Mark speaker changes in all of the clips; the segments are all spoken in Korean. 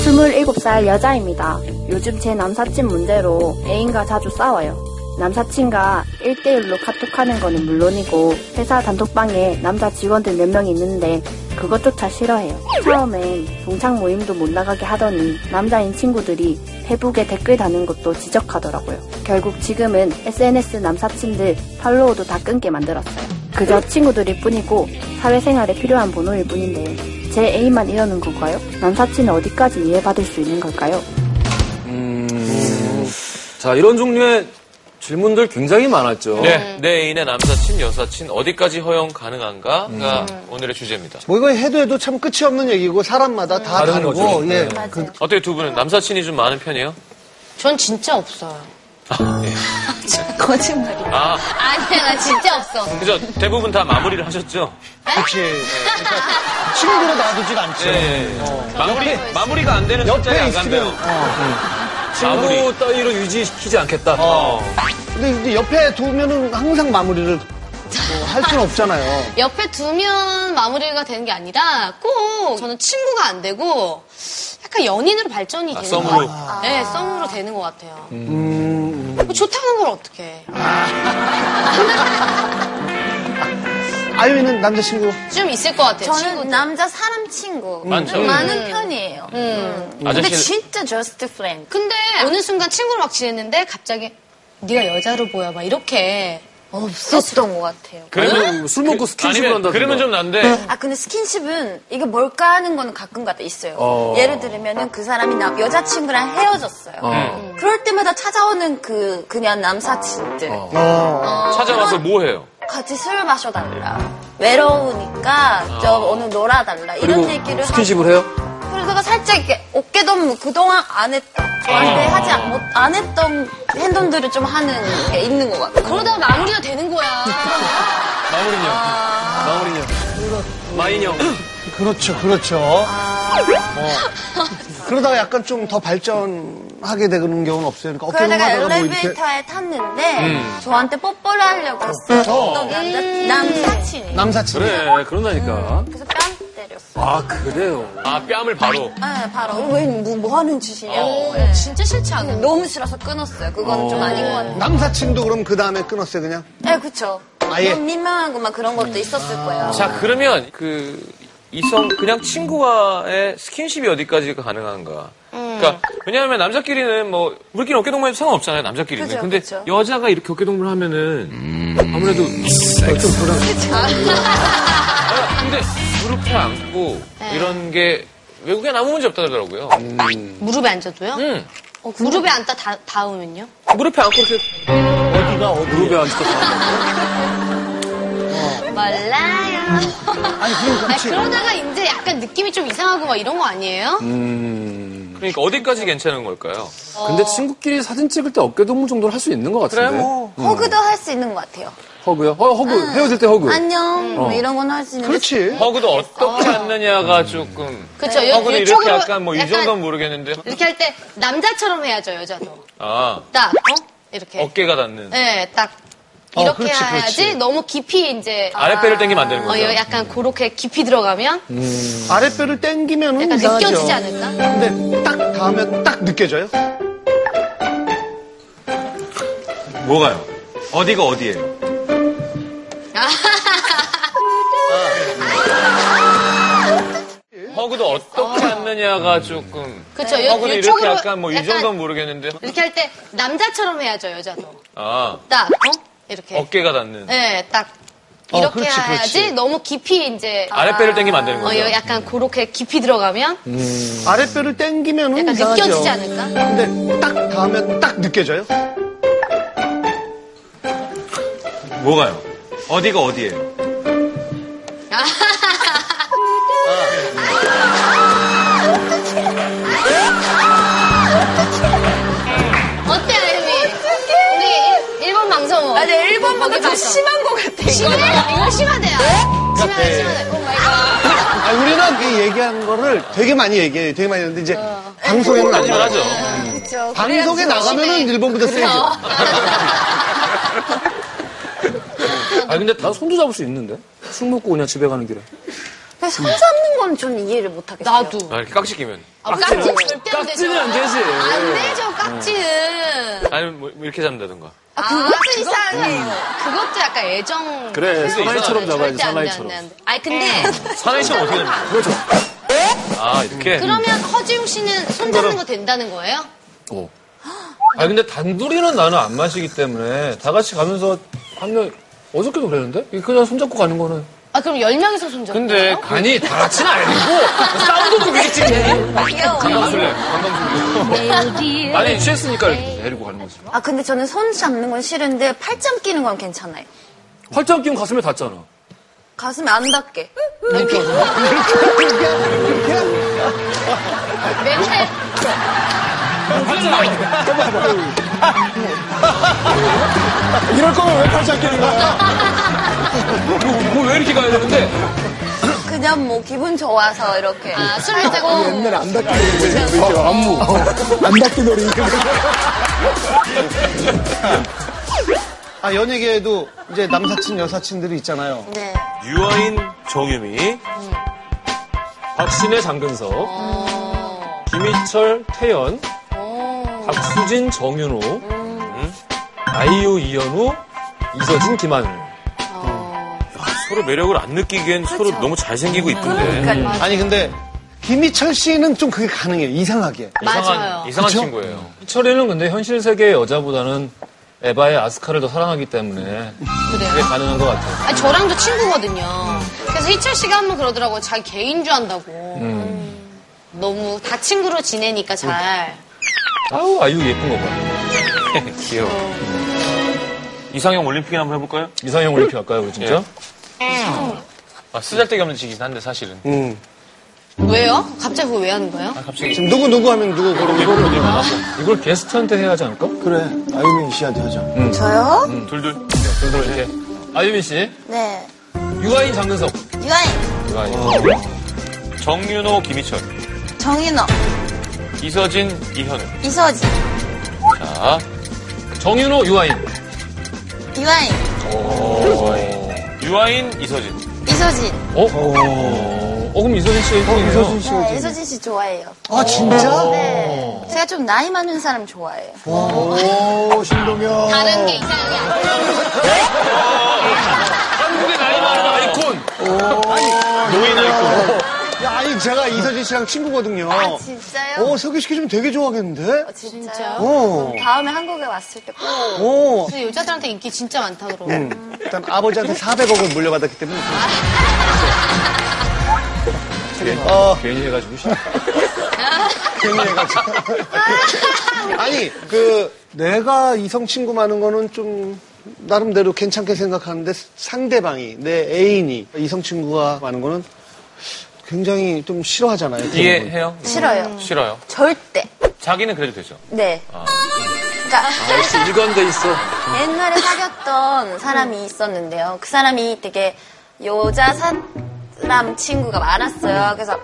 Speaker 1: 27살 여자입니다. 요즘 제 남사친 문제로 애인과 자주 싸워요. 남사친과 1대1로 카톡하는 거는 물론이고 회사 단톡방에 남자 직원들 몇 명 있는데 그것조차 싫어해요. 처음엔 동창 모임도 못 나가게 하더니 남자인 친구들이 페북에 댓글 다는 것도 지적하더라고요. 결국 지금은 SNS 남사친들 팔로워도 다 끊게 만들었어요. 그저 친구들일 뿐이고 사회생활에 필요한 번호일 뿐인데 제 애인만 이러는 건가요? 남사친은 어디까지 이해받을 수 있는 걸까요?
Speaker 2: 음. 자, 이런 종류의 질문들 굉장히 많았죠.
Speaker 3: 네, 내 애인의 남사친, 여사친 어디까지 허용 가능한가가
Speaker 2: 음.
Speaker 3: 오늘의 주제입니다.
Speaker 4: 뭐 이건 해도 해도 참 끝이 없는 얘기고 사람마다 다
Speaker 2: 다른
Speaker 4: 다르고
Speaker 2: 거죠.
Speaker 4: 예.
Speaker 5: 맞아요.
Speaker 4: 그-
Speaker 3: 어떻게 두 분은 남사친이 좀 많은 편이에요?
Speaker 5: 전 진짜 없어요.
Speaker 6: 거짓말이야.
Speaker 3: 아,
Speaker 6: 아니야, 나 진짜 없어.
Speaker 3: 그죠? 대부분 다 마무리를 하셨죠?
Speaker 4: 그치
Speaker 2: 네.
Speaker 4: 친구로 놔두질 않지
Speaker 3: 네. 마무리, 마무리가 안 되는 숫자에
Speaker 4: 옆에
Speaker 3: 안 간대요.
Speaker 4: 있으면 어.
Speaker 3: 마무리. 어.
Speaker 2: 친구 따위로 유지시키지 않겠다.
Speaker 4: 근데 이제 옆에 두면은 항상 마무리를 뭐 할 수는 없잖아요
Speaker 6: 옆에 두면 마무리가 되는 게 아니라 꼭 저는 친구가 안 되고 약간 연인으로 발전이 되는 것
Speaker 3: 썸으로.
Speaker 6: 같아요. 네, 썸으로 되는 것 같아요. 뭐 좋다는 걸 어떻게?
Speaker 4: 아유이는 남자친구
Speaker 6: 좀 있을 것 같아요.
Speaker 5: 저는
Speaker 6: 친구들. 음.
Speaker 5: 남자 사람 친구
Speaker 3: 많죠.
Speaker 5: 많은 편이에요. 근데
Speaker 3: 아저씨.
Speaker 5: 진짜 just friend.
Speaker 6: 근데 어느 순간 친구로 막 지냈는데 갑자기 네가 여자로 보여 막 이렇게
Speaker 5: 없었던 것 같아요.
Speaker 2: 그러면 술 먹고 스킨십을
Speaker 3: 아니면
Speaker 2: 한다든가.
Speaker 3: 그러면 좀 난데.
Speaker 5: 아 근데 스킨십은 이게 뭘까 하는 거는 가끔가다 있어요. 예를 들면은 그 사람이 남 여자 친구랑 헤어졌어요. 음. 그럴 때마다 찾아오는 그 그냥 남사친들
Speaker 3: 어.
Speaker 2: 어.
Speaker 3: 찾아와서 뭐 해요?
Speaker 5: 같이 술 마셔달라. 외로우니까 좀 오늘 놀아달라 이런 얘기를 하고
Speaker 2: 스킨십을 해요?
Speaker 5: 그러다가 살짝 이렇게 어깨동 무 그동안 안 했던 저한테 하지 않- 못, 안 했던 행동들을 좀 하는 게 있는 것 같아요.
Speaker 6: 그러다 마무리가 되는 거야.
Speaker 2: 마무리요.
Speaker 5: 아.
Speaker 2: 마무리요. 마인형.
Speaker 4: 그렇죠 그렇죠
Speaker 5: 아.
Speaker 4: 어. 그러다가 약간 좀 더 발전하게 되는 경우는 없어요 그러니까 어깨
Speaker 5: 그러다가
Speaker 4: 동무하다가 뭐 이렇게
Speaker 5: 엘리베이터에 탔는데 저한테 뽀뽀를 하려고 했었던 남자, 남사친이
Speaker 4: 남사친
Speaker 2: 그래, 그런다니까.
Speaker 5: 그래서 뺨 때렸어요.
Speaker 2: 아, 그래요.
Speaker 3: 아, 뺨을 바로.
Speaker 5: 네,
Speaker 6: 어,
Speaker 5: 바로 왜 뭐 하는 짓이냐.
Speaker 3: 어.
Speaker 5: 네.
Speaker 6: 진짜 싫지 않아요?
Speaker 5: 너무 싫어서 끊었어요. 그건 좀 아닌 것 같아요.
Speaker 4: 남사친도 그럼 그 다음에 끊었어요 그냥
Speaker 5: 네, 그쵸.
Speaker 4: 아예.
Speaker 5: 너무 민망하고 막 그런 것도 있었을 거예요.
Speaker 3: 자, 그러면 그 이성 그냥 친구와의 스킨십이 어디까지 가능한가? 그러니까
Speaker 5: 음.
Speaker 3: 왜냐하면 남자끼리는 뭐 우리끼리 어깨동무해도 상관없잖아요 남자끼리는
Speaker 5: 그죠,
Speaker 3: 근데
Speaker 5: 그죠.
Speaker 3: 여자가 이렇게 어깨동무를 하면은 아무래도
Speaker 4: 좀 불안
Speaker 3: 아, 근데 무릎에 앉고
Speaker 5: 네.
Speaker 3: 이런 게 외국엔 아무 문제 없다더라고요
Speaker 6: 무릎에 앉아도요?
Speaker 3: 음.
Speaker 6: 어,
Speaker 5: 뭐?
Speaker 6: 무릎에 앉다 다, 닿으면요?
Speaker 3: 무릎에 앉고 이렇게
Speaker 4: 어디가 어디
Speaker 2: 무릎에 앉았다.
Speaker 6: 몰라요.
Speaker 4: 아니 그러니까
Speaker 6: 아니,
Speaker 4: 그치.
Speaker 6: 그러다가 이제 약간 느낌이 좀 이상하고 막 이런 거 아니에요?
Speaker 3: 그러니까 어디까지 괜찮은 걸까요?
Speaker 2: 음,
Speaker 4: 어.
Speaker 2: 어. 근데 친구끼리 사진 찍을 때 어깨동무 정도는 할 수 있는 것 같은데.
Speaker 4: 어.
Speaker 2: 음.
Speaker 5: 어, 허그도 할 수 있는 것 같아요.
Speaker 2: 허그요? 허, 허그. 헤어질 때 허그.
Speaker 5: 안녕 뭐 이런 건 할 수 있는데
Speaker 4: 그렇지
Speaker 3: 허그도 어떻게 앉느냐가 조금
Speaker 6: 그쵸, 요-
Speaker 3: 허그는 이렇게
Speaker 6: 요쪽으로
Speaker 3: 약간 뭐 이
Speaker 6: 약간-
Speaker 3: 정도는 모르겠는데
Speaker 6: 이렇게 할 때 남자처럼 해야죠, 여자도.
Speaker 3: 아
Speaker 6: 딱, 어? 이렇게.
Speaker 3: 어깨가 닿는
Speaker 6: 네, 딱.
Speaker 4: 어,
Speaker 6: 이렇게
Speaker 4: 그렇지,
Speaker 6: 해야지
Speaker 4: 그렇지.
Speaker 6: 너무 깊이 이제.
Speaker 3: 아랫배를 당기면 안 되는
Speaker 6: 어,
Speaker 3: 거죠 음.
Speaker 6: 요- 약간 그렇게 깊이 들어가면
Speaker 4: 아랫배를 땡기면
Speaker 6: 약간
Speaker 4: 이상하죠.
Speaker 6: 느껴지지 않을까?
Speaker 4: 근데 딱 닿으면 딱 느껴져요?
Speaker 3: 뭐가요? 어디가 어디예요? 허그도 어떻게 앉느냐가 조금
Speaker 6: 그쵸, 요-
Speaker 3: 허그는 이렇게
Speaker 6: 요쪽으로
Speaker 3: 약간 뭐 이
Speaker 6: 약간-
Speaker 3: 정도는 모르겠는데
Speaker 6: 이렇게 할 때 남자처럼 해야죠, 여자도.
Speaker 3: 아
Speaker 6: 딱, 어? 이렇게.
Speaker 3: 어깨가 닿는
Speaker 6: 네, 딱.
Speaker 4: 어,
Speaker 6: 이렇게
Speaker 4: 그렇지,
Speaker 6: 해야지
Speaker 4: 그렇지.
Speaker 6: 너무 깊이 이제.
Speaker 3: 아랫배를 당기면 안 되는
Speaker 6: 어,
Speaker 3: 거죠
Speaker 6: 요- 약간 그렇게 깊이 들어가면
Speaker 4: 아랫배를 땡기면
Speaker 6: 약간
Speaker 4: 음. 이상하죠.
Speaker 6: 느껴지지 않을까?
Speaker 4: 근데 딱 닿으면 딱 느껴져요?
Speaker 3: 뭐가요? 어디가 어디예요?
Speaker 6: 어때, 아이미? 우리 일- 일본 방송. 맞아, 일본보다 더 심한 것 같아. 심해? 이거 심하대요. 심하대, 심하대. 오 마이 갓.
Speaker 4: 네. 아, 우리는 이 얘기한 거를 되게 많이 얘기해요. 되게 많이 하는데 이제 방송에는 안 나가요.
Speaker 3: 하죠
Speaker 4: 방송에 나가면은 일본보다 세죠.
Speaker 2: 아, 근데 나 손도 잡을 수 있는데? 술 먹고 그냥 집에 가는 길에.
Speaker 5: 근데 손 잡는 건 저는 이해를 못 하겠어요.
Speaker 6: 나도.
Speaker 3: 아, 이렇게 깍지 끼면.
Speaker 6: 아, 깍지 절대 안 되죠.
Speaker 2: 깍지는 안 되지. 예.
Speaker 6: 안 되죠, 깍지는.
Speaker 3: 아니면 뭐 이렇게 잡는다던가.
Speaker 6: 아, 그것도 이상해요. 그것도 약간 애정.
Speaker 2: 그래, 사나이처럼 잡아야지,
Speaker 6: 절대 안 돼, 안
Speaker 2: 사나이처럼.
Speaker 6: 돼, 안 돼. 아니, 근데
Speaker 3: 사나이처럼 어떻게 됩니까? 그렇죠. 아, 이렇게?
Speaker 6: 예. 음. 그러면 허지웅 씨는 손 잡는 거 된다는 거예요?
Speaker 2: 아 근데 단둘이는 나는 안 마시기 때문에 다 같이 가면서 한 명 어저께도 그랬는데 이거 그냥 손잡고 가는 거는
Speaker 6: 아, 그럼 10명이서 손 잡는
Speaker 2: 근데
Speaker 6: 거예요?
Speaker 2: 간이 다 같이는 아니고 싸움도 그겠지
Speaker 3: 관광술래, 관광술래.
Speaker 6: 네. 예.
Speaker 2: 네. 아니 취했으니까 이렇게 내리고 가는 거지
Speaker 5: 아, 근데 저는 손 잡는 건 싫은데 팔짱 끼는 건 괜찮아요.
Speaker 2: 활짝 끼면 가슴에 닿잖아
Speaker 5: 가슴에 안 닿게.
Speaker 6: 맨날
Speaker 4: 이럴 거면 왜 팔짱 끼는 거야?
Speaker 2: 뭐왜 이렇게 가야 되는데
Speaker 5: 그냥 뭐 기분 좋아서 이렇게.
Speaker 6: 아, 술을 타고
Speaker 4: 옛날에 안 닦기 놀이. 어, 안무. 안 닦기 놀이. 아, 연예계에도 이제 남사친, 여사친들이 있잖아요.
Speaker 5: 네.
Speaker 3: 유아인 정유미,
Speaker 2: 박신혜 장근석 김희철 태연 박수진 정윤호 음, 아이유 이현우 이서진 김하늘
Speaker 3: 서로 매력을 안 느끼기엔 서로 너무 잘생기고 이쁜데. 음.
Speaker 5: 그러니까
Speaker 4: 아니, 근데 김희철 씨는 좀 그게 가능해요. 이상하게.
Speaker 6: 맞아요.
Speaker 3: 이상한, 이상한
Speaker 4: 그쵸?
Speaker 3: 친구예요.
Speaker 2: 희철이는 근데 현실 세계의 여자보다는 에바의 아스카를 더 사랑하기 때문에 그게
Speaker 6: 그래요.
Speaker 2: 가능한 것 같아요
Speaker 6: 아, 저랑도 친구거든요.
Speaker 5: 음.
Speaker 6: 그래서 희철 씨가 한 번 그러더라고요. 자기 개인 줄 안다고.
Speaker 5: 음.
Speaker 6: 너무 다 친구로 지내니까 잘.
Speaker 2: 아우 아이유 예쁜 거 봐.
Speaker 3: 귀여워. 이상형 올림픽이나 한번 해볼까요? 예.
Speaker 2: 이상형 올림픽 할까요, 우리 진짜?
Speaker 5: 음.
Speaker 3: 아, 쓰잘데기 없는 짓이긴 한데, 사실은.
Speaker 4: 음.
Speaker 6: 왜요? 갑자기 그거 왜 하는
Speaker 5: 아,
Speaker 6: 거예요?
Speaker 4: 지금 누구 누구 하면 누구 그런 거.
Speaker 2: 이걸 게스트한테 해야 하지 않을까?
Speaker 4: 그래. 아유민 씨한테 하자.
Speaker 5: 저요?
Speaker 3: 음. 둘둘.
Speaker 2: 그래서 이렇게 아유미 씨,
Speaker 5: 네.
Speaker 2: 유아인 장근석,
Speaker 5: 유아인,
Speaker 2: 유아인,
Speaker 4: 어.
Speaker 3: 정윤호, 김희철.
Speaker 5: 정인호,
Speaker 3: 이서진, 이현우.
Speaker 5: 이서진,
Speaker 3: 자,
Speaker 2: 정윤호, 유아인,
Speaker 5: 유아인,
Speaker 4: 어.
Speaker 3: 유아인, 이서진.
Speaker 5: 이서진.
Speaker 2: 어, 어, 그럼 이서진 씨, 이서진 씨,
Speaker 5: 네, 이서진 씨 좋아해요.
Speaker 4: 아, 진짜?
Speaker 5: 네. 제가 좀 나이 많은 사람 좋아해요.
Speaker 4: 오, 신동엽.
Speaker 6: 다른 게 이상형이 아니에요.
Speaker 5: 네?
Speaker 3: 한국의 나이 많은 아이콘. 노인 아이콘.
Speaker 4: 야, 아니, 제가 이서진 씨랑 친구거든요.
Speaker 5: 아, 진짜요?
Speaker 4: 어, 소개시켜주면 되게 좋아하겠는데?
Speaker 5: 진짜요?
Speaker 4: 어.
Speaker 5: 다음에 한국에 왔을 때 꼭. 네.
Speaker 4: 어.
Speaker 6: 근데 여자들한테 인기 진짜 많다 그러고.
Speaker 4: 음. 일단 아버지한테 400억을 물려받았기 때문에. 어,
Speaker 2: 아. 괜히 해가지고 씨.
Speaker 4: 괜히 해가지고. 아니, 그, 내가 이성 친구 많은 거는 좀, 나름대로 괜찮게 생각하는데 상대방이, 내 애인이 이성 친구가 많은 거는 굉장히 좀 싫어하잖아요. 그런
Speaker 2: 예,
Speaker 4: 건.
Speaker 3: 이해해요?
Speaker 5: 싫어요.
Speaker 3: 싫어요.
Speaker 5: 절대.
Speaker 3: 자기는 그래도 되죠.
Speaker 5: 네. 그러니까
Speaker 3: 아.
Speaker 2: 역시 일관돼 있어.
Speaker 5: 옛날에 사귀었던 사람이 있었는데요. 그 사람이 되게 여자 사람 친구가 많았어요. 그래서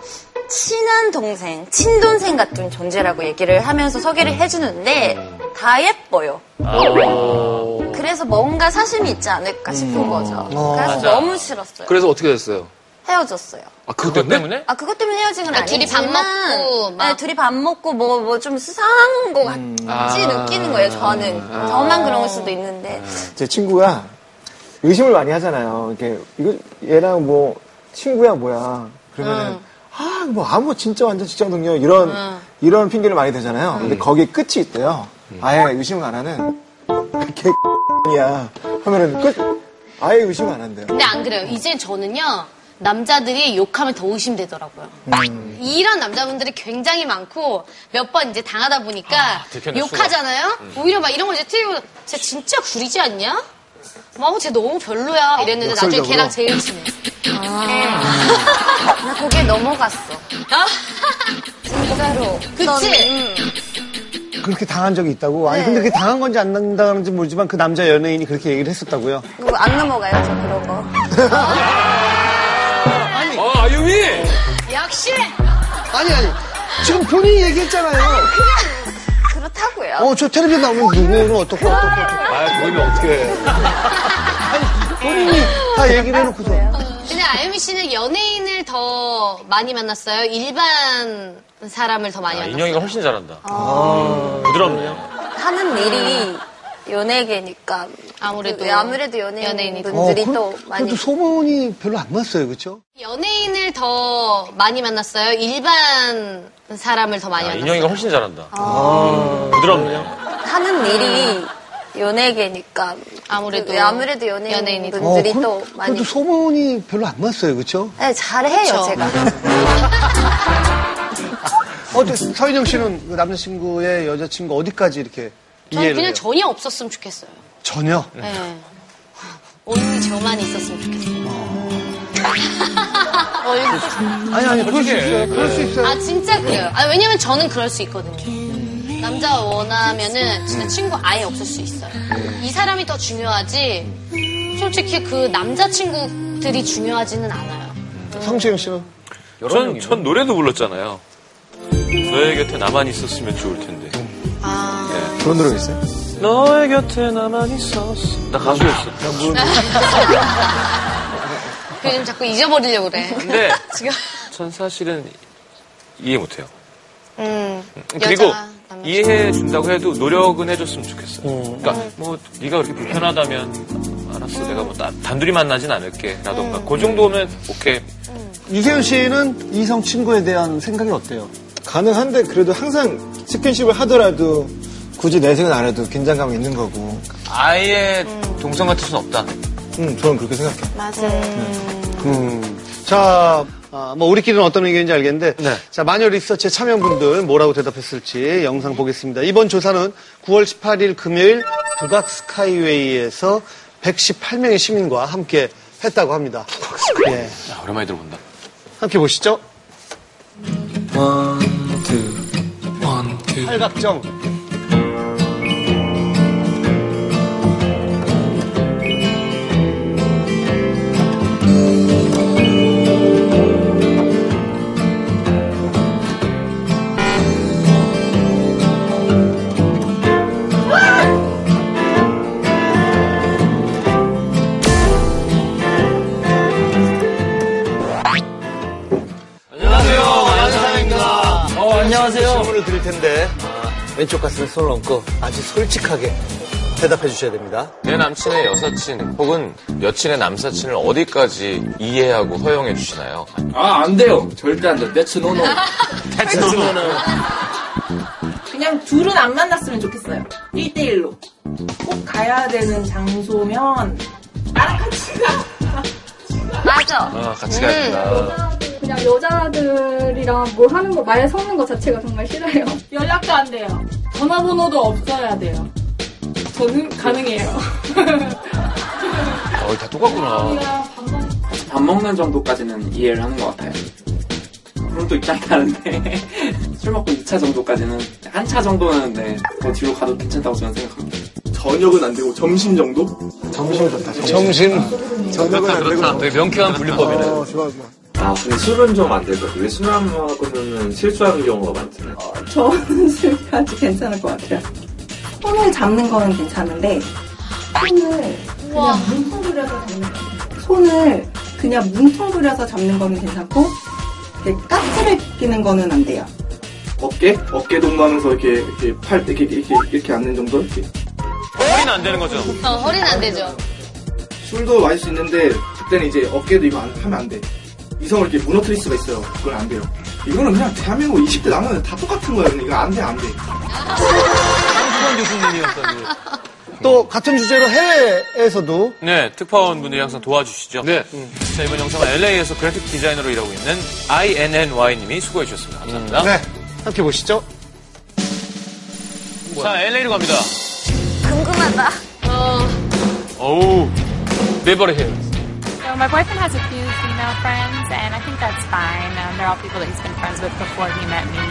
Speaker 5: 친한 동생, 친동생 같은 존재라고 얘기를 하면서 소개를 해주는데 다 예뻐요.
Speaker 3: 아.
Speaker 2: 어.
Speaker 5: 그래서 뭔가 사심이 있지 않을까
Speaker 4: 음.
Speaker 5: 싶은 거죠.
Speaker 4: 어.
Speaker 5: 그래서
Speaker 3: 맞아.
Speaker 5: 너무 싫었어요.
Speaker 2: 그래서 어떻게 됐어요?
Speaker 5: 헤어졌어요.
Speaker 2: 아,
Speaker 3: 그것 때문에?
Speaker 5: 아 그것 때문에 헤어진 건
Speaker 6: 아, 둘이 밥
Speaker 5: 아니지만
Speaker 6: 먹고 막-
Speaker 5: 네, 둘이 밥 먹고 뭐 뭐 좀 수상한 거 같이
Speaker 4: 음.
Speaker 6: 아.
Speaker 5: 느끼는 거예요 저는 저만 그런 걸 수도 있는데
Speaker 7: 제 친구가 의심을 많이 하잖아요. 이렇게 이거 얘랑 뭐 친구야 뭐야. 그러면은 아, 뭐 아무 진짜 완전 직장 동료 이런 이런 핑계를 많이 대잖아요. 근데 거기에 끝이 있대요. 아예 의심을 안 하는 개이야 하면은 끝 아예 의심 안 한대요.
Speaker 6: 근데 안 그래요. 이제 저는요. 남자들이 욕하면 더 의심되더라고요. 이런 남자분들이 굉장히 많고 몇 번 이제 당하다 보니까
Speaker 3: 아, 들켰네, 음.
Speaker 6: 욕하잖아요. 오히려 막 이런 거 이제 틀고 쟤 진짜 구리지 않냐? 뭐, 막쟤 너무 별로야 이랬는데 나중에
Speaker 4: 역설적으로.
Speaker 6: 걔랑 제일 친해.
Speaker 5: 아. 나 거기에 넘어갔어
Speaker 6: 아,
Speaker 5: 진짜로
Speaker 6: 그치?
Speaker 2: 예.
Speaker 4: 그렇게 당한 적이 있다고? 아니,
Speaker 5: 네.
Speaker 4: 근데 그게 당한 건지 안 당한 건지 모르지만 그 남자 연예인이 그렇게 얘기를 했었다고요?
Speaker 5: 그거 음, 뭐 안 넘어가요 저 그런 거
Speaker 3: 어, 아유미!
Speaker 6: 역시
Speaker 4: 아니, 아니. 지금 본인이 얘기했잖아요.
Speaker 5: 그렇다고요
Speaker 4: 어, 저 텔레비전 나오면 누구는 어떻고, 어떻고, 어떻고.
Speaker 2: 아, 그러면 어떻게 해?
Speaker 7: 음.
Speaker 4: 본인이 다 얘기를 해놓고서.
Speaker 6: 근데 아유미 씨는 연예인을 더 많이 만났어요? 일반 사람을 더 많이
Speaker 3: 아,
Speaker 6: 만났어요?
Speaker 3: 인형이가 훨씬 잘한다.
Speaker 2: 아.
Speaker 3: 부드럽네요.
Speaker 5: 하는 일이 연예계니까
Speaker 6: 아무래도.
Speaker 5: 그 아무래도 연예인
Speaker 6: 연예인이 더.
Speaker 5: 분들이
Speaker 4: 그-
Speaker 5: 또 많이
Speaker 4: 그래도 소문이 별로 안 났어요, 그렇죠?
Speaker 6: 연예인을 더 많이 만났어요? 일반 사람을 더 많이
Speaker 3: 아,
Speaker 6: 만났어요?
Speaker 3: 인형이가 훨씬 잘한다.
Speaker 2: 아.
Speaker 3: 부드럽네요.
Speaker 5: 하는 일이 연예계니까
Speaker 6: 아무래도.
Speaker 5: 그 아무래도 연예인
Speaker 6: 연예인이 더.
Speaker 5: 분들이
Speaker 4: 그,
Speaker 5: 또 많이
Speaker 4: 그래도 소문이 별로 안 났어요, 그렇죠?
Speaker 5: 네, 잘해요
Speaker 6: 그쵸.
Speaker 5: 제가
Speaker 4: 어, 저 서인영 씨는 그 남자친구의 여자친구 어디까지 이렇게
Speaker 6: 저는
Speaker 4: 이해를
Speaker 6: 그냥
Speaker 4: 해요?
Speaker 6: 전혀 없었으면 좋겠어요.
Speaker 4: 전혀.
Speaker 5: 네.
Speaker 6: 예. 오늘 저만 있었으면 좋겠어요. 어,
Speaker 4: 아니 아니 그럴 수 있어요. 그럴 수 있어요.
Speaker 6: 아 진짜 그래요. 아 왜냐면 저는 그럴 수 있거든요. 남자 원하면은 진짜 친구 아예 없을 수 있어요. 이 사람이 더 중요하지. 솔직히 그 남자 친구들이 중요하지는 않아요.
Speaker 4: 성시영 씨는
Speaker 3: 전, 전 노래도 불렀잖아요. 너의 곁에 나만 있었으면 좋을 텐데.
Speaker 7: 그런 노래가 있어요?
Speaker 3: 너의 곁에 나만 있었어. 나 가수였어.
Speaker 6: 요즘 자꾸 잊어버리려고 그래.
Speaker 2: 네.
Speaker 3: 근데
Speaker 6: 지금
Speaker 3: 전 사실은 이해 못해요.
Speaker 6: 음
Speaker 3: 그리고
Speaker 6: 여자 남자
Speaker 3: 이해해 준다고 해도 노력은 해줬으면 좋겠어요. 그러니까 뭐 네가 그렇게 불편하다면 알았어, 내가 뭐 나- 단둘이 만나진 않을게라던가
Speaker 6: 음.
Speaker 3: 그 정도면 오케이.
Speaker 4: 유세윤 씨는 이성 친구에 대한 생각이 어때요?
Speaker 7: 가능한데 그래도 항상 스킨십을 하더라도 굳이 내색은 안 해도 긴장감이 있는 거고.
Speaker 3: 아예
Speaker 6: 음.
Speaker 3: 동성 같을 순 없다.
Speaker 7: 음, 저는 그렇게 생각해요.
Speaker 4: 음. 자, 아, 뭐 우리끼리는 어떤 의견인지 알겠는데,
Speaker 3: 네.
Speaker 4: 자 마녀 리서치 참여분들 뭐라고 대답했을지 영상 보겠습니다. 이번 조사는 9월 18일 금요일 북악 스카이웨이에서 118명의 시민과 함께 했다고 합니다. 예,
Speaker 3: 야, 오랜만에 들어본다.
Speaker 4: 함께 보시죠.
Speaker 8: One, two, one, two.
Speaker 4: 팔각정. 아, 질문을 드릴 텐데 어, 아, 왼쪽 가슴에 손을 얹고 아주 솔직하게 대답해 주셔야 됩니다.
Speaker 3: 내 남친의 여사친 혹은 여친의 남사친을 어디까지 이해하고 허용해 주시나요?
Speaker 8: 아, 안 돼요. 절대 안 돼. That's no no.
Speaker 9: 그냥 둘은 안 만났으면 좋겠어요. 1대1로. 꼭 가야 되는 장소면, 나랑 같이 가.
Speaker 5: 맞아
Speaker 10: 어.
Speaker 3: 아, 같이 가야 된다.
Speaker 11: 그냥 여자들이랑 뭘 하는 거, 말 섞는 거 자체가 정말 싫어요.
Speaker 9: 연락도 안 돼요. 전화번호도 없어야 돼요. 저는 가능해요.
Speaker 3: 어, 다 똑같구나.
Speaker 8: 밥 먹는 정도까지는 이해를 하는 것 같아요. 그럼 또 입장이 다른데. 술 먹고 2차 정도까지는, 1차 정도는 네, 그 뒤로 가도 괜찮다고 저는 생각합니다. 저녁은 안 되고 점심 정도?
Speaker 4: 점심
Speaker 7: 저녁은 안 되고.
Speaker 3: 되게 명쾌한 분류법이네.
Speaker 7: 어, 좋아, 좋아.
Speaker 12: 아, 근데 술은 좀 안 될 것 같아요. 왜 술안 먹으면 실수하는 경우가 많잖아요.
Speaker 9: 저는 술까지 괜찮을 것 같아요. 손을 잡는 거는 괜찮은데, 손을
Speaker 6: 우와.
Speaker 9: 그냥 뭉텅그려서 잡는 거. 손을 그냥 뭉텅그려서 잡는 거는 괜찮고, 이렇게 까치를 끼는 거는 안 돼요.
Speaker 8: 어깨? 어깨 동무하면서 이렇게, 이렇게 팔, 이렇게, 이렇게, 이렇게 앉는 정도? 이렇게.
Speaker 3: 허리는 안 되는 거죠?
Speaker 6: 어, 허리는 안 되죠.
Speaker 8: 술도 마실 수 있는데 그때는 이제 어깨도 이거 안- 하면 안 돼. 이성을 이렇게 무너뜨릴 수가 있어요. 그건 안 돼요. 이거는 그냥 대한민국 20대 남자는 다 똑같은 거예요. 이거 안 돼, 안 돼.
Speaker 2: 한수관 교수님이었다니.
Speaker 4: 또 같은 주제로 해외에서도
Speaker 3: 네, 특파원분들이 항상 도와주시죠. 음.
Speaker 2: 네.
Speaker 3: 자, 이번 영상은 LA에서 그래픽 디자이너로 일하고 있는 INNY님이 수고해 주셨습니다. 감사합니다.
Speaker 4: 네 함께 보시죠.
Speaker 3: 자, LA로 갑니다.
Speaker 5: 궁금하다
Speaker 3: 어우, 네버리 힐.
Speaker 11: So my boyfriend has a few female friends, and I think that's fine. Um, they're all people that he's been friends with before he met me.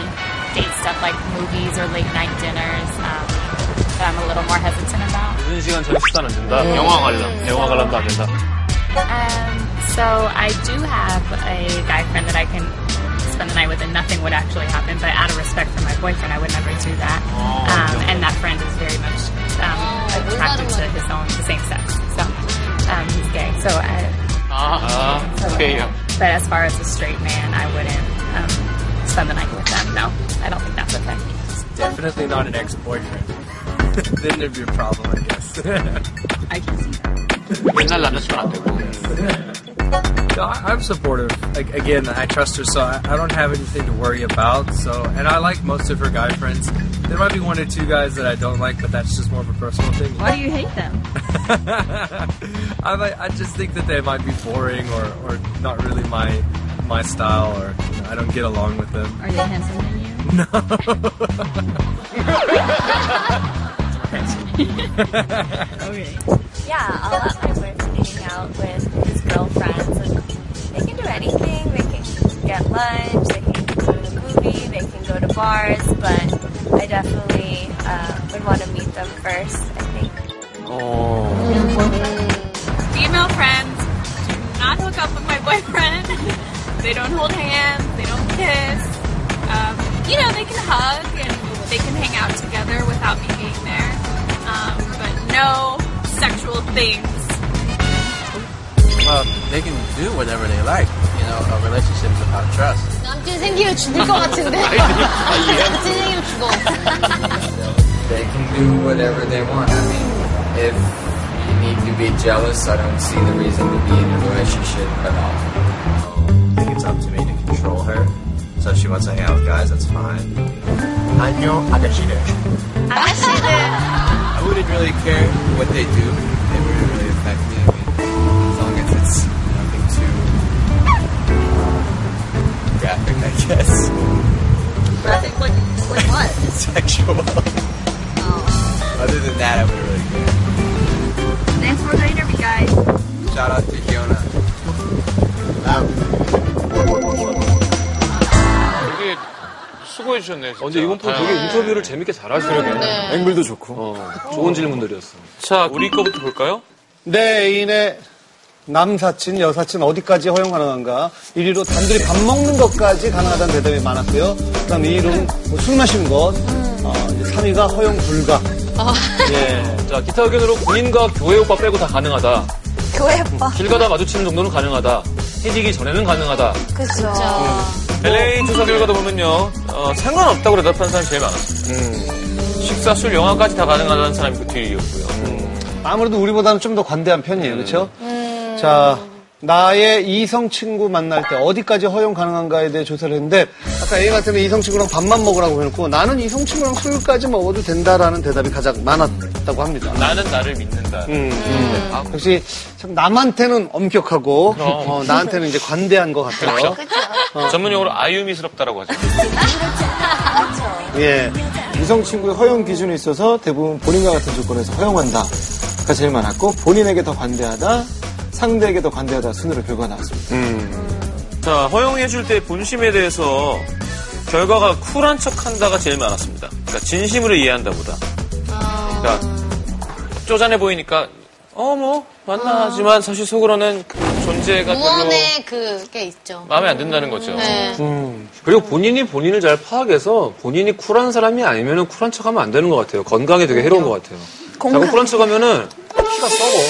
Speaker 11: Date stuff like movies or late night dinners um, that I'm a little more hesitant about.
Speaker 2: 늦은 시간 전 식단 안 된다. 영화 관람. 영화 관람도 안 된다.
Speaker 11: Um, so I do have a guy friend that I can spend the night with, and nothing would actually happen. But out of respect for my boyfriend, I would never do that. Um, and that friend is very much
Speaker 5: Oh,
Speaker 11: um, attracted to his own the same sex. So um, he's gay. So I.
Speaker 3: 아, 오케이요.
Speaker 11: But as far as a straight man, I wouldn't um, spend the night with them. No, I don't think that's okay.
Speaker 10: Definitely not an ex-boyfriend. then there'd be a problem, I guess. I can see that.
Speaker 3: 옛날 남자친구 안 되고.
Speaker 10: No, I, I'm supportive. Like, again, I trust her, so I, I don't have anything to worry about. So, and I like most of her guy friends. There might be one or two guys that I don't like, but that's just more of a personal thing.
Speaker 11: Why do you hate them?
Speaker 10: I, might- I just think that they might be boring or, or not really my my style, or you know, I don't get along with them.
Speaker 11: Are they handsomer than you?
Speaker 13: okay. Yeah, uh, last night we're hanging out with his girlfriends, and they can do anything. They can get lunch, they can go to the movie, they can go to bars, but I definitely uh, would want to meet them first. I think.
Speaker 14: Female friends do not hook up with my boyfriend. they don't hold hands. They don't kiss. Um, you know, they can hug and they can hang out together without me being there. Um, but no sexual things.
Speaker 15: Well, they can do whatever they like. You know, a relationship is about trust.
Speaker 6: 남친 생기면 죽을 것 같은데. 남친 생기면 죽어.
Speaker 16: They can do whatever they want. I mean, if you need to be jealous, I don't see the reason to be in a relationship at all.
Speaker 17: I think it's up to me to control her. So if she wants to hang out with guys, that's fine. I know I got you there.
Speaker 6: 아,
Speaker 15: I wouldn't really care what they do. They wouldn't really affect me. I mean, as long as it's nothing too graphic, I guess.
Speaker 14: Graphic like, like what?
Speaker 15: Sexual. Other than that, I wouldn't really care.
Speaker 14: Thanks for the interview, guys.
Speaker 15: Shout out to Kiona.
Speaker 3: 되게 수고해 주셨네.
Speaker 2: 어, 근데 이번 분 되게 인터뷰를 재밌게 잘하시네요.
Speaker 3: 네.
Speaker 2: 앵글도 좋고. 좋은 질문들이었어.
Speaker 3: 자, 우리 거부터 볼까요?
Speaker 4: 내 애인의 남사친, 여사친 어디까지 허용 가능한가? 1위로 단둘이 밥 먹는 것까지 가능하다는 대답이 많았고요. 그 다음 2위로는 술 마시는 것. 어, 이제 3위가 허용 불가.
Speaker 2: 예. 자, 기타 의견으로 고인과 교회 오빠 빼고 다 가능하다.
Speaker 5: 교회 오빠.
Speaker 2: 길 가다 마주치는 정도는 가능하다. 해지기 전에는 가능하다.
Speaker 5: 그죠.
Speaker 3: LA 조사 결과도 보면요, 어, 상관없다고 대답한 사람이 제일 많았어요. 식사, 술, 영화까지 다 가능하다는 사람이 그 뒤이었고요.
Speaker 4: 아무래도 우리보다는 좀 더 관대한 편이에요. 그렇죠? 자, 나의 이성 친구 만날 때 어디까지 허용 가능한가에 대해 조사를 했는데 아까 A 같은 데 이성 친구랑 밥만 먹으라고 해놓고 나는 이성 친구랑 술까지 먹어도 된다라는 대답이 가장 많았다고 합니다.
Speaker 3: 음, 나는 나를 믿는다.
Speaker 4: 음, 음. 역시 참 남한테는 엄격하고 어, 나한테는 이제 관대한 것 같아요.
Speaker 3: 전문 용어로 아유미스럽다라고 하죠.
Speaker 4: 예.
Speaker 7: 이성 친구의 허용 기준에 있어서 대부분 본인과 같은 조건에서 허용한다가 그러니까 제일 많았고 본인에게 더 관대하다, 상대에게 더 관대하다 순으로 결과가 나왔습니다.
Speaker 3: 음. 자, 허용해줄 때 본심에 대해서 결과가 쿨한 척 한다가 제일 많았습니다. 그러니까 진심으로 이해한다보다.
Speaker 6: 아.
Speaker 3: 그러니까 쪼잔해 보이니까 어 뭐 만나지만 사실 속으로는 그 존재가 별로
Speaker 6: 무언의 그게 있죠.
Speaker 3: 마음에 안 든다는
Speaker 2: 그렇죠.
Speaker 3: 거죠.
Speaker 6: 네.
Speaker 2: 음. 그리고 본인이 본인을 잘 파악해서 본인이 쿨한 사람이 아니면 쿨한 척 하면 안 되는 것 같아요. 건강에 되게 해로운 것 같아요. 자꾸 쿨한 척 하면은 피가 썩어.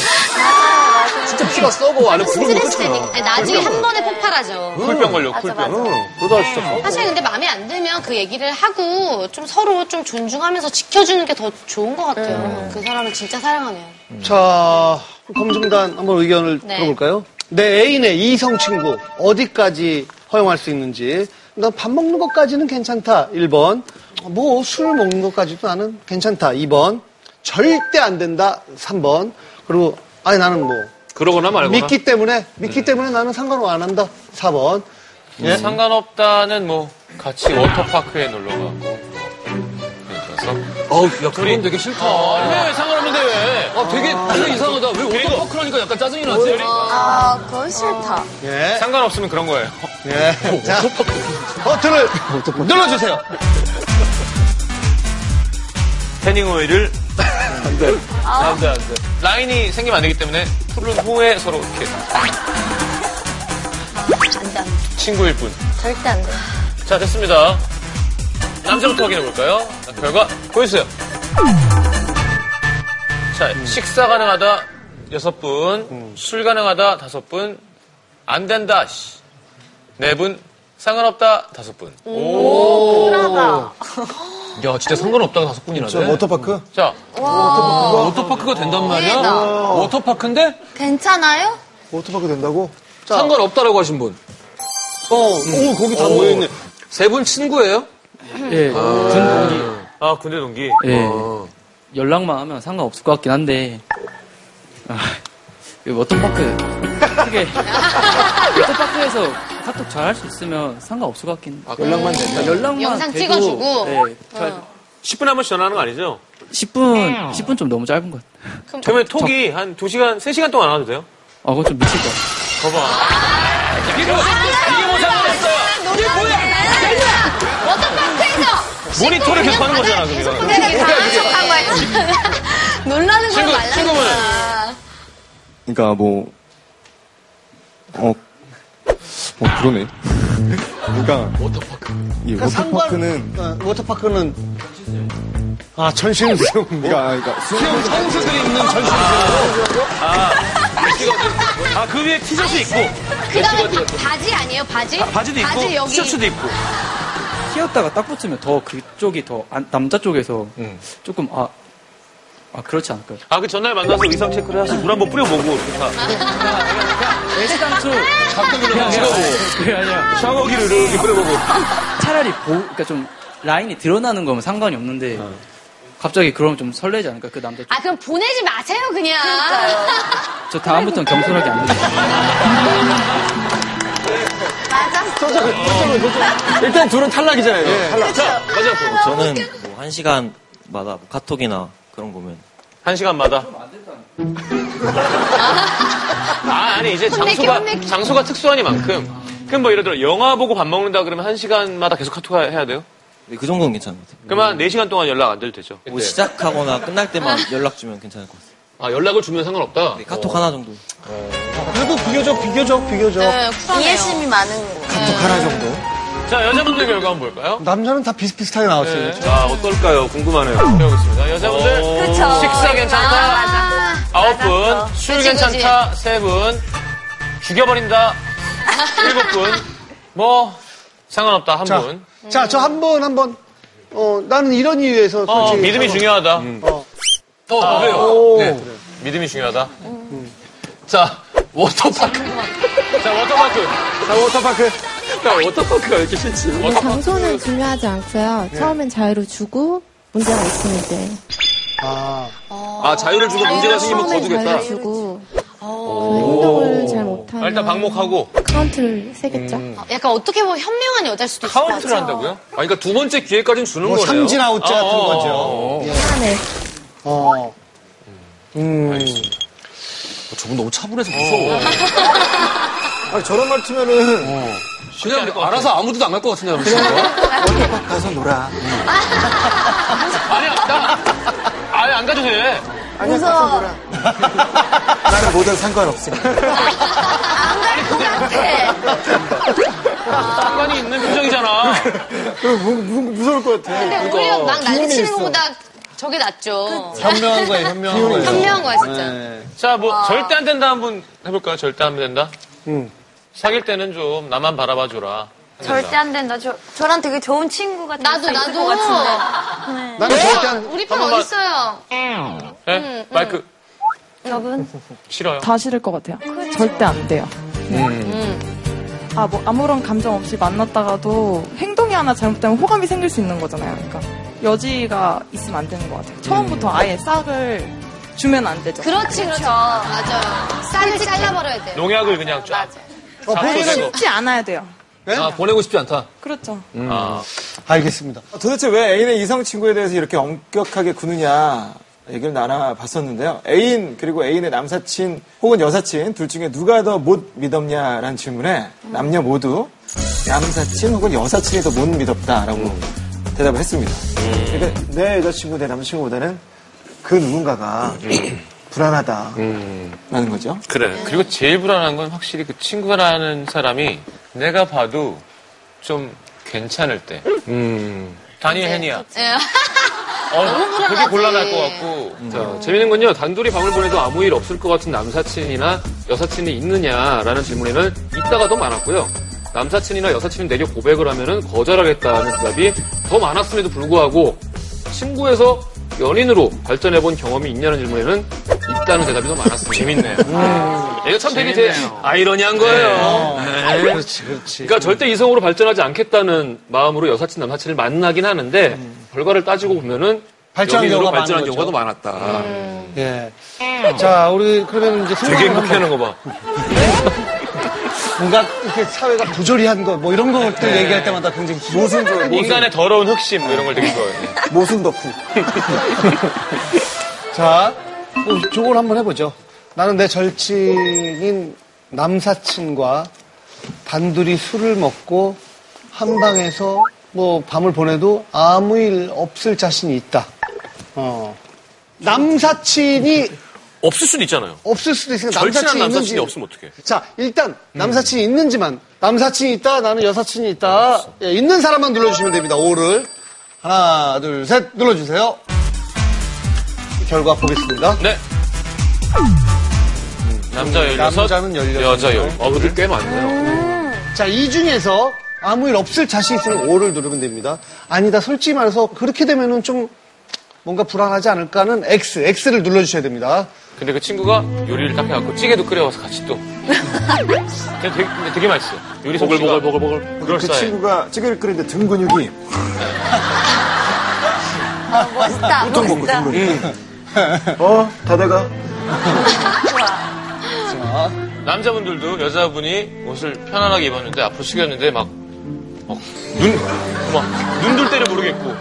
Speaker 2: 진짜 피가 썩어. 안에 불을 못
Speaker 6: 음. 스트레스
Speaker 2: 끄잖아.
Speaker 6: 되니까 나중에 한 번에 폭발하죠.
Speaker 2: 음. 쿨병 걸려, 쿨병. 응. 그러다 진짜.
Speaker 6: 네. 사실 근데 마음에 안 들면 그 얘기를 하고 좀 서로 좀 존중하면서 지켜주는 게 더 좋은 것 같아요.
Speaker 2: 음.
Speaker 6: 그 사람을 진짜 사랑하네요.
Speaker 4: 자, 검증단 한번 의견을
Speaker 6: 네.
Speaker 4: 들어볼까요? 내 애인의 이성 친구 어디까지 허용할 수 있는지. 난 밥 먹는 것까지는 괜찮다. 1번. 뭐 술 먹는 것까지도 나는 괜찮다. 2번. 절대 안 된다. 3번. 그리고 아니 나는 뭐
Speaker 2: 그러거나 말거나. 네.
Speaker 4: 믿기 때문에 믿기 때문에 나는 상관을 안 한다. 4번. 예.
Speaker 3: 상관없다는 뭐 같이 워터파크에 놀러 가고 그래서
Speaker 2: 어우, 야, 그건 되게 싫다. 네,
Speaker 3: 왜 상관없는데 왜?
Speaker 2: 아, 되게, 되게 이상하다. 왜 오토파크 하니까 약간 짜증이 나지?
Speaker 5: 아, 그건 싫다.
Speaker 4: 예.
Speaker 3: 상관없으면 그런 거예요.
Speaker 4: 예.
Speaker 2: 어,
Speaker 4: 자, 버튼을 눌러주세요.
Speaker 3: 태닝 오일을 안돼 안돼 안돼 라인이 생기면 안 되기 때문에 푸른 후에 서로 이렇게
Speaker 5: 안 돼.
Speaker 3: 친구일 뿐.
Speaker 5: 절대 안 돼.
Speaker 3: 자 됐습니다. 남자부터 확인해 볼까요? 결과 보여주세요. 자 식사 가능하다 여섯 분, 술 가능하다 다섯 분, 안 된다 씨. 네 분, 상관없다 다섯 분.
Speaker 2: 어.
Speaker 5: 오,
Speaker 18: 아,
Speaker 5: 쿨하다.
Speaker 3: 야, 진짜 상관없다가 다섯 분이나 돼.
Speaker 7: 저 워터파크?
Speaker 3: 자,
Speaker 5: 와.
Speaker 3: 워터파크가 된단 말이야?
Speaker 5: 대박.
Speaker 3: 워터파크인데?
Speaker 5: 괜찮아요?
Speaker 7: 워터파크 된다고?
Speaker 2: 상관없다라고 하신 분.
Speaker 4: 어, 오, 거기 다 모여있네.
Speaker 2: 세 분 친구예요?
Speaker 19: 예, 군 동기.
Speaker 3: 아, 군대 동기?
Speaker 19: 예.
Speaker 3: 어.
Speaker 19: 연락만 하면 상관없을 것 같긴 한데. 아, 이 워터파크. 크게. 워터파크에서 카톡 잘 할 수 있으면 상관없을 것 같긴. 아,
Speaker 3: 연락만 되면?
Speaker 19: 연락만
Speaker 6: 영상
Speaker 19: 돼도,
Speaker 6: 찍어주고.
Speaker 19: 예, 잘-
Speaker 3: 10분에 한 번씩 전화하는 거 아니죠?
Speaker 19: 10분, 10분 좀 너무 짧은 것 같아.
Speaker 3: 그러면 톡이 한 2시간, 3시간 동안 안 와도 돼요?
Speaker 19: 아, 그거 좀 미칠 것 같아.
Speaker 3: 거봐. 이게 뭐, 이게 뭐 상관없어요?
Speaker 6: 이게 뭐야? 워터파크에서
Speaker 3: 모니터를 계속 하는 거잖아, 그게.
Speaker 5: 내가 강한 척한 거야. 놀라는 걸
Speaker 3: 친구, 친구분.
Speaker 5: 말라니까.
Speaker 20: 그러니까 뭐, 어, 어 그러네. 그러니까 이
Speaker 4: 그러니까
Speaker 20: 워터파크는
Speaker 4: 상관- 어, 워터파크는 아 전신 수영
Speaker 20: 그러니까 그러니까
Speaker 4: 수영 선수들이 입는 전신 수영
Speaker 3: 아, 그 위에 티셔츠 입고.
Speaker 6: 그 다음에
Speaker 2: 뭐.
Speaker 6: 바지 아니에요? 바지? 여기.
Speaker 3: 입고.
Speaker 19: 튀었다가 딱 붙으면 더 그쪽이 더, 안- 남자 쪽에서
Speaker 3: 음.
Speaker 19: 조금, 아, 아, 그렇지 않을까요?
Speaker 3: 아, 그 전날 만나서 의상 체크를 하시고 물 한 번 뿌려보고. 좋다.
Speaker 19: 외식당 쪽.
Speaker 3: 가끔 그냥 찍어보고.
Speaker 19: 그게 아니라.
Speaker 3: 샤워기를 이렇게 뿌려보고.
Speaker 19: 차라리 보, 그러니까 좀 라인이 드러나는 거면 상관이 없는데
Speaker 3: 어.
Speaker 19: 갑자기 그러면 좀 설레지 않을까 그 남자.
Speaker 6: 아, 그럼 보내지 마세요, 그냥.
Speaker 19: 저 다음부터는 겸손하게 안 되죠.
Speaker 21: 일단 둘은 탈락이잖아요. 탈락.
Speaker 3: 자, 가자.
Speaker 21: 저는 뭐 한 시간마다 뭐 카톡이나 그런 거면
Speaker 3: 한 시간마다. 아, 아니, 이제 장소가,
Speaker 21: 그
Speaker 3: 장소가 특수하니만큼. 그럼 뭐 예를 들어, 영화 보고 밥 먹는다 그러면 한 시간마다 계속 카톡 해야 돼요?
Speaker 21: 네, 그 정도는 괜찮은 것 같아요.
Speaker 3: 그러면 한 4시간 동안 연락 안 돼도 되죠?
Speaker 21: 뭐 시작하거나 끝날 때만 연락 주면 괜찮을 것 같아요. 네,
Speaker 3: 아, 연락을 주면 상관없다?
Speaker 21: 카톡 하나 정도.
Speaker 4: 그래도 비교적 비교적 비교적
Speaker 5: 네, 이해심이 많은 거.
Speaker 4: 하나 정도
Speaker 3: 자, 여자분들 결과 한번 볼까요?
Speaker 4: 남자는 다 비슷비슷하게 나왔어요
Speaker 3: 네. 자, 어떨까요? 궁금하네요.
Speaker 20: 음.
Speaker 3: 배우겠습니다. 여자분들. 어,
Speaker 18: 아,
Speaker 3: 식사
Speaker 5: 아,
Speaker 3: 괜찮다. 아홉 분. 술
Speaker 6: 그치, 그치.
Speaker 3: 괜찮다. 세 분. 죽여버린다. 일곱 분. 뭐, 상관없다. 한
Speaker 4: 자,
Speaker 3: 분.
Speaker 4: 자, 저 한 번, 한 번. 어, 나는 이런 이유에서.
Speaker 3: 어,
Speaker 4: 솔직히
Speaker 3: 믿음이
Speaker 4: 상관-
Speaker 3: 중요하다.
Speaker 4: 어.
Speaker 3: 어,
Speaker 4: 아,
Speaker 3: 그래요.
Speaker 4: 오.
Speaker 3: 네. 믿음이 중요하다. 자, 워터파크. 자, 워터파크. 자, 워터파크. 아, 자, 워터파크가 왜 이렇게 싫지?
Speaker 18: 장소는 중요하지 않고요. 처음엔 자유로 주고 문제가 있으면 이제
Speaker 4: 아.
Speaker 2: 아, 자유를 주고 문제가 생기면
Speaker 18: 처음엔
Speaker 2: 거두겠다.
Speaker 18: 자유를 주고 그 행동을 잘
Speaker 3: 아,
Speaker 18: 못하면
Speaker 2: 일단 방목하고.
Speaker 18: 카운트를 세겠죠.
Speaker 6: 약간 어떻게 보면 현명한 여자일 수도 있어.
Speaker 2: 카운트를 한다고요? 아, 그러니까 두 번째 기회까지는 주는
Speaker 4: 뭐
Speaker 2: 거네요.
Speaker 4: 삼진 아웃제 같은 거죠. 예.
Speaker 6: 네.
Speaker 18: 미안해.
Speaker 4: 어. 음.
Speaker 3: 어,
Speaker 2: 저분 너무 차분해서
Speaker 6: 어.
Speaker 2: 무서워.
Speaker 7: 아니, 저런 말 치면은
Speaker 4: 어.
Speaker 2: 그냥 알아서 아무도 안 갈 것 같은데,
Speaker 7: 워터파크 가서 놀아.
Speaker 3: 아니야, 나. 아니, 안 가도 돼.
Speaker 5: 무서워.
Speaker 7: 나는 뭐든 상관없습니다.
Speaker 3: 상관이 있는 표정이잖아.
Speaker 7: 무, 무, 무서울 것 같아.
Speaker 6: 근데 오히려 네, 막 난리치는 것보다 저게 낫죠.
Speaker 4: 현명한 거예요, 현명한
Speaker 3: 기운이
Speaker 4: 거예요.
Speaker 3: 있어.
Speaker 6: 현명한 거야, 진짜.
Speaker 3: 자, 뭐,
Speaker 6: 와.
Speaker 3: 절대 안 된다 한 분 해볼까요? 절대 안 된다?
Speaker 4: 음.
Speaker 3: 사귈 때는 좀 나만 바라봐 줘라.
Speaker 5: 절대 안 된다. 저, 저랑 되게 좋은 친구가
Speaker 6: 나도, 나도.
Speaker 5: 같은데.
Speaker 3: 나는 절대 안-
Speaker 6: 네. 우리
Speaker 3: 한
Speaker 6: 편
Speaker 3: 번만.
Speaker 6: 어딨어요?
Speaker 3: 네?
Speaker 6: 음,
Speaker 3: 마이크
Speaker 5: 여분?
Speaker 3: 싫어요. 음.
Speaker 22: 다 싫을 것 같아요.
Speaker 9: 그렇죠.
Speaker 22: 절대 안 돼요. 아, 뭐, 아무런 감정 없이 만났다가도 행동이 하나 잘못되면 호감이 생길 수 있는 거잖아요. 그러니까 여지가 있으면 안 되는 것 같아요. 처음부터 아예 싹을 주면 안 되죠.
Speaker 6: 그렇지, 그렇죠. 맞아요. 쌀을 잘라버려야 돼.
Speaker 3: 농약을 그냥 쫙.
Speaker 22: 어,
Speaker 3: 보내는 거.
Speaker 22: 쉽지 않아야 돼요.
Speaker 3: 네?
Speaker 2: 아, 보내고 싶지 않다.
Speaker 22: 그렇죠.
Speaker 3: 아.
Speaker 4: 알겠습니다.
Speaker 7: 도대체 왜 애인의 이성 친구에 대해서 이렇게 엄격하게 구느냐 얘기를 나눠봤었는데요. 애인 그리고 애인의 남사친 혹은 여사친 둘 중에 누가 더 못 믿었냐라는 질문에 남녀 모두 남사친 혹은 여사친이 더 못 믿었다라고 대답을 했습니다. 그러니까 내 여자친구 내 남자친구보다는 그 누군가가
Speaker 3: 음.
Speaker 7: 불안하다라는 거죠.
Speaker 3: 그래. 그리고 제일 불안한 건 확실히 그 친구라는 사람이 내가 봐도 좀 괜찮을 때. 음. 다니엘 헨이야.
Speaker 6: 예.
Speaker 3: 어,
Speaker 6: 너무 불안하지.
Speaker 3: 되게 곤란할 것 같고.
Speaker 2: 자, 재밌는 건요. 단둘이 밤을 보내도 아무 일 없을 것 같은 남사친이나 여사친이 있느냐라는 질문에는 있다가 더 많았고요. 남사친이나 여사친이 내려 고백을 하면은 거절하겠다는 대답이 더 많았음에도 불구하고 친구에서 연인으로 발전해본 경험이 있냐는 질문에는 있다는 대답이 더 많았습니다. 재밌네요. 이거 참 되게 제 아이러니한 거예요.
Speaker 4: 네.
Speaker 2: 네.
Speaker 4: 그렇지, 그렇지.
Speaker 2: 그러니까 절대 이성으로 발전하지 않겠다는 마음으로 여사친 남사친을 만나긴 하는데 결과를 따지고 보면은
Speaker 4: 음. 발전한
Speaker 2: 연인으로
Speaker 4: 경우가
Speaker 2: 발전한
Speaker 4: 많은
Speaker 2: 경우가 더 많았다.
Speaker 4: 거죠. 아. 예. 자, 우리 그러면 이제
Speaker 2: 되게 행복해하는 거 봐.
Speaker 4: 뭔가 이렇게 사회가 부조리한 거, 뭐 이런 걸또
Speaker 2: 네.
Speaker 4: 얘기할 때마다 굉장히 모순
Speaker 3: 인간의 더러운 흑심 뭐 이런 걸
Speaker 4: 음.
Speaker 3: 되게 좋아해요.
Speaker 4: 모순 덕후. 자, 뭐 저걸 한번 해보죠. 나는 내 절친인 남사친과 단둘이 술을 먹고 한 방에서 뭐 밤을 보내도 아무 일 없을 자신이 있다. 어. 남사친이
Speaker 3: 없을 수도 있잖아요.
Speaker 4: 없을 수도 있으니까
Speaker 3: 절친한 남사친이
Speaker 4: 남사친이 어, 있는지. 음.
Speaker 3: 없으면 어떡해.
Speaker 4: 자, 일단 남사친이 있는지만 남사친이 있다, 나는 여사친이 있다. 예, 있는 사람만 눌러주시면 됩니다. 5를 하나, 둘, 셋 눌러주세요. 결과 보겠습니다.
Speaker 3: 네. 남자 16,
Speaker 4: 남자는 음. 16.
Speaker 3: 여자 10. 어, 그들 꽤 많네요.
Speaker 4: 자, 이 중에서 아무 일 없을 자신 있으면 5를 누르면 됩니다. 아니다, 솔직히 말해서 그렇게 되면은 좀 뭔가 불안하지 않을까는 X, X를 눌러주셔야 됩니다.
Speaker 3: 근데 그 친구가 요리를 딱 해갖고 찌개도 끓여와서 같이 또. 근데 되게, 근데 되게 맛있어. 요리
Speaker 7: 보글,
Speaker 3: 솜씨가
Speaker 7: 보글, 그
Speaker 3: 그럴싸해.
Speaker 7: 친구가 찌개를 끓이는데 등 근육이
Speaker 5: 아, 멋있다.
Speaker 7: 보통 먹고
Speaker 5: 멋있다.
Speaker 7: 등 근육. 어, 다다가
Speaker 3: 남자분들도 여자분이 옷을 편안하게 입었는데 앞으로 숙였는데 막, 막 눈, 막, 눈둘 때를 모르겠고.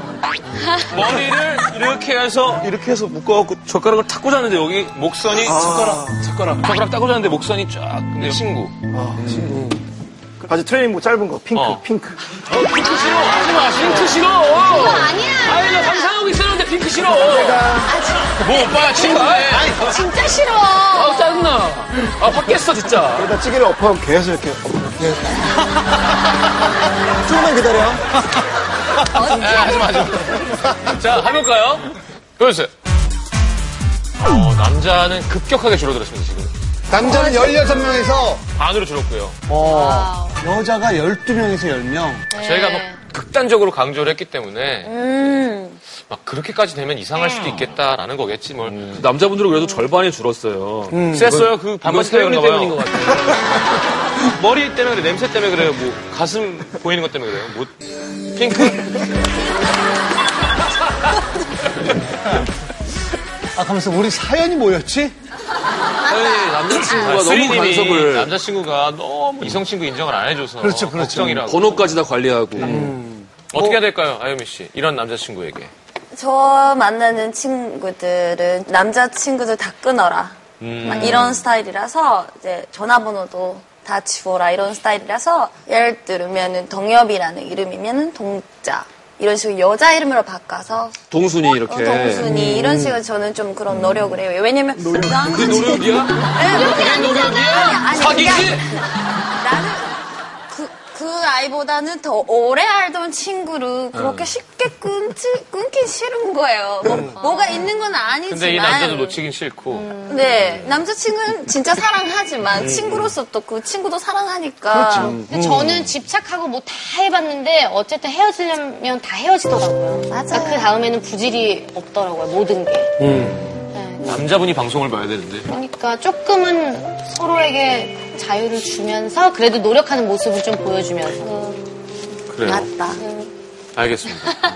Speaker 3: 머리를 이렇게 해서. 이렇게 해서 묶어갖고 젓가락을 탁 꽂았는데 여기 목선이. 젓가락, 젓가락. 젓가락 딱 꽂았는데 목선이 쫙. 근데 친구.
Speaker 7: 아, 친구. 바지 트레이닝복 짧은 거 핑크 핑크.
Speaker 3: 핑크 싫어! 하지 마! 핑크 싫어!
Speaker 7: 그거 아니야.
Speaker 3: 아니, 나 상상하고 있었는데 핑크 싫어! 뭐, 오빠,
Speaker 7: 오빠,
Speaker 3: 친구해!
Speaker 7: 친구해.
Speaker 5: 진짜 싫어!
Speaker 3: 아, 짜증나! 아, 확겠어, 진짜!
Speaker 7: 그러다 찌개를 엎어하면 계속 이렇게. 예. 조금만 기다려.
Speaker 3: 아,
Speaker 7: 어?
Speaker 3: 하지 마, 하지 마. 자, 해볼까요? 보여주세요. 어, 남자는 급격하게 줄어들었습니다, 지금. 아,
Speaker 4: 남자는 16명에서
Speaker 3: 반으로 줄었고요.
Speaker 4: 어, 여자가 12명에서 10명.
Speaker 3: 저희가 막 극단적으로 강조를 했기 때문에
Speaker 5: 음.
Speaker 3: 막 그렇게까지 되면 이상할 수도 있겠다라는 거겠지, 뭘.
Speaker 2: 음. 남자분들은 그래도 절반이 줄었어요.
Speaker 3: 음, 셌어요? 그
Speaker 2: 이건
Speaker 3: 반반
Speaker 2: 세훈이
Speaker 3: 차이였나 봐요.
Speaker 2: 때문인 것 같아요.
Speaker 3: 머리 때문에 그래, 냄새 때문에 그래요, 뭐. 가슴 보이는 것 때문에 그래요, 뭐. 핑크?
Speaker 4: 아, 가만있어. 우리 사연이 뭐였지?
Speaker 3: 아니, 남자친구가
Speaker 2: 너무 간섭을-
Speaker 3: 남자친구가 너무 이성친구 인정을 안 해줘서.
Speaker 2: 그렇죠, 그렇죠.
Speaker 3: 걱정이라고.
Speaker 2: 번호까지 다 관리하고.
Speaker 3: 음. 어떻게 해야 될까요, 아유미 씨? 이런 남자친구에게.
Speaker 5: 저 만나는 친구들은 남자친구들 다 끊어라.
Speaker 4: 음.
Speaker 3: 음.
Speaker 5: 막 이런 스타일이라서 이제 전화번호도 다 지워라 이런 스타일이라서 예를 들면은 동엽이라는 이름이면은 동자 이런 식으로 여자 이름으로 바꿔서
Speaker 2: 동순이
Speaker 5: 어,
Speaker 2: 이렇게. 음.
Speaker 3: 음.
Speaker 5: 동순이 이런 식으로 저는 좀 그런 노력을 해요. 왜냐면 남자
Speaker 2: 그게 노력이야?
Speaker 5: 그게
Speaker 2: 그게 노력이야?
Speaker 5: 아니, 아니,
Speaker 2: 사기지?
Speaker 5: 그게 아니- 나는 그, 그 아이보다는 더 오래 알던 친구를 그렇게
Speaker 3: 응.
Speaker 5: 쉽게 끊지, 끊긴 싫은 거예요. 뭐, 뭐가 있는 건 아니지만.
Speaker 3: 음. 근데 이 남자도 놓치긴 싫고.
Speaker 5: 네, 남자친구는 진짜 사랑하지만
Speaker 3: 음.
Speaker 5: 친구로서 또 그 친구도 사랑하니까.
Speaker 6: 그러니까
Speaker 4: 뭐.
Speaker 6: 근데
Speaker 4: 음.
Speaker 6: 저는 집착하고 뭐 다 해봤는데 어쨌든 헤어지려면 다 헤어지더라고요. 맞아. 그 다음에는 부질이 없더라고요. 모든 게.
Speaker 3: 음.
Speaker 5: 네.
Speaker 3: 남자분이 방송을 봐야 되는데.
Speaker 6: 그러니까 조금은 서로에게 자유를 주면서 그래도 노력하는 모습을 좀 보여주면서.
Speaker 5: 아.
Speaker 6: 음.
Speaker 3: 그래요.
Speaker 6: 맞다.
Speaker 3: 알겠습니다.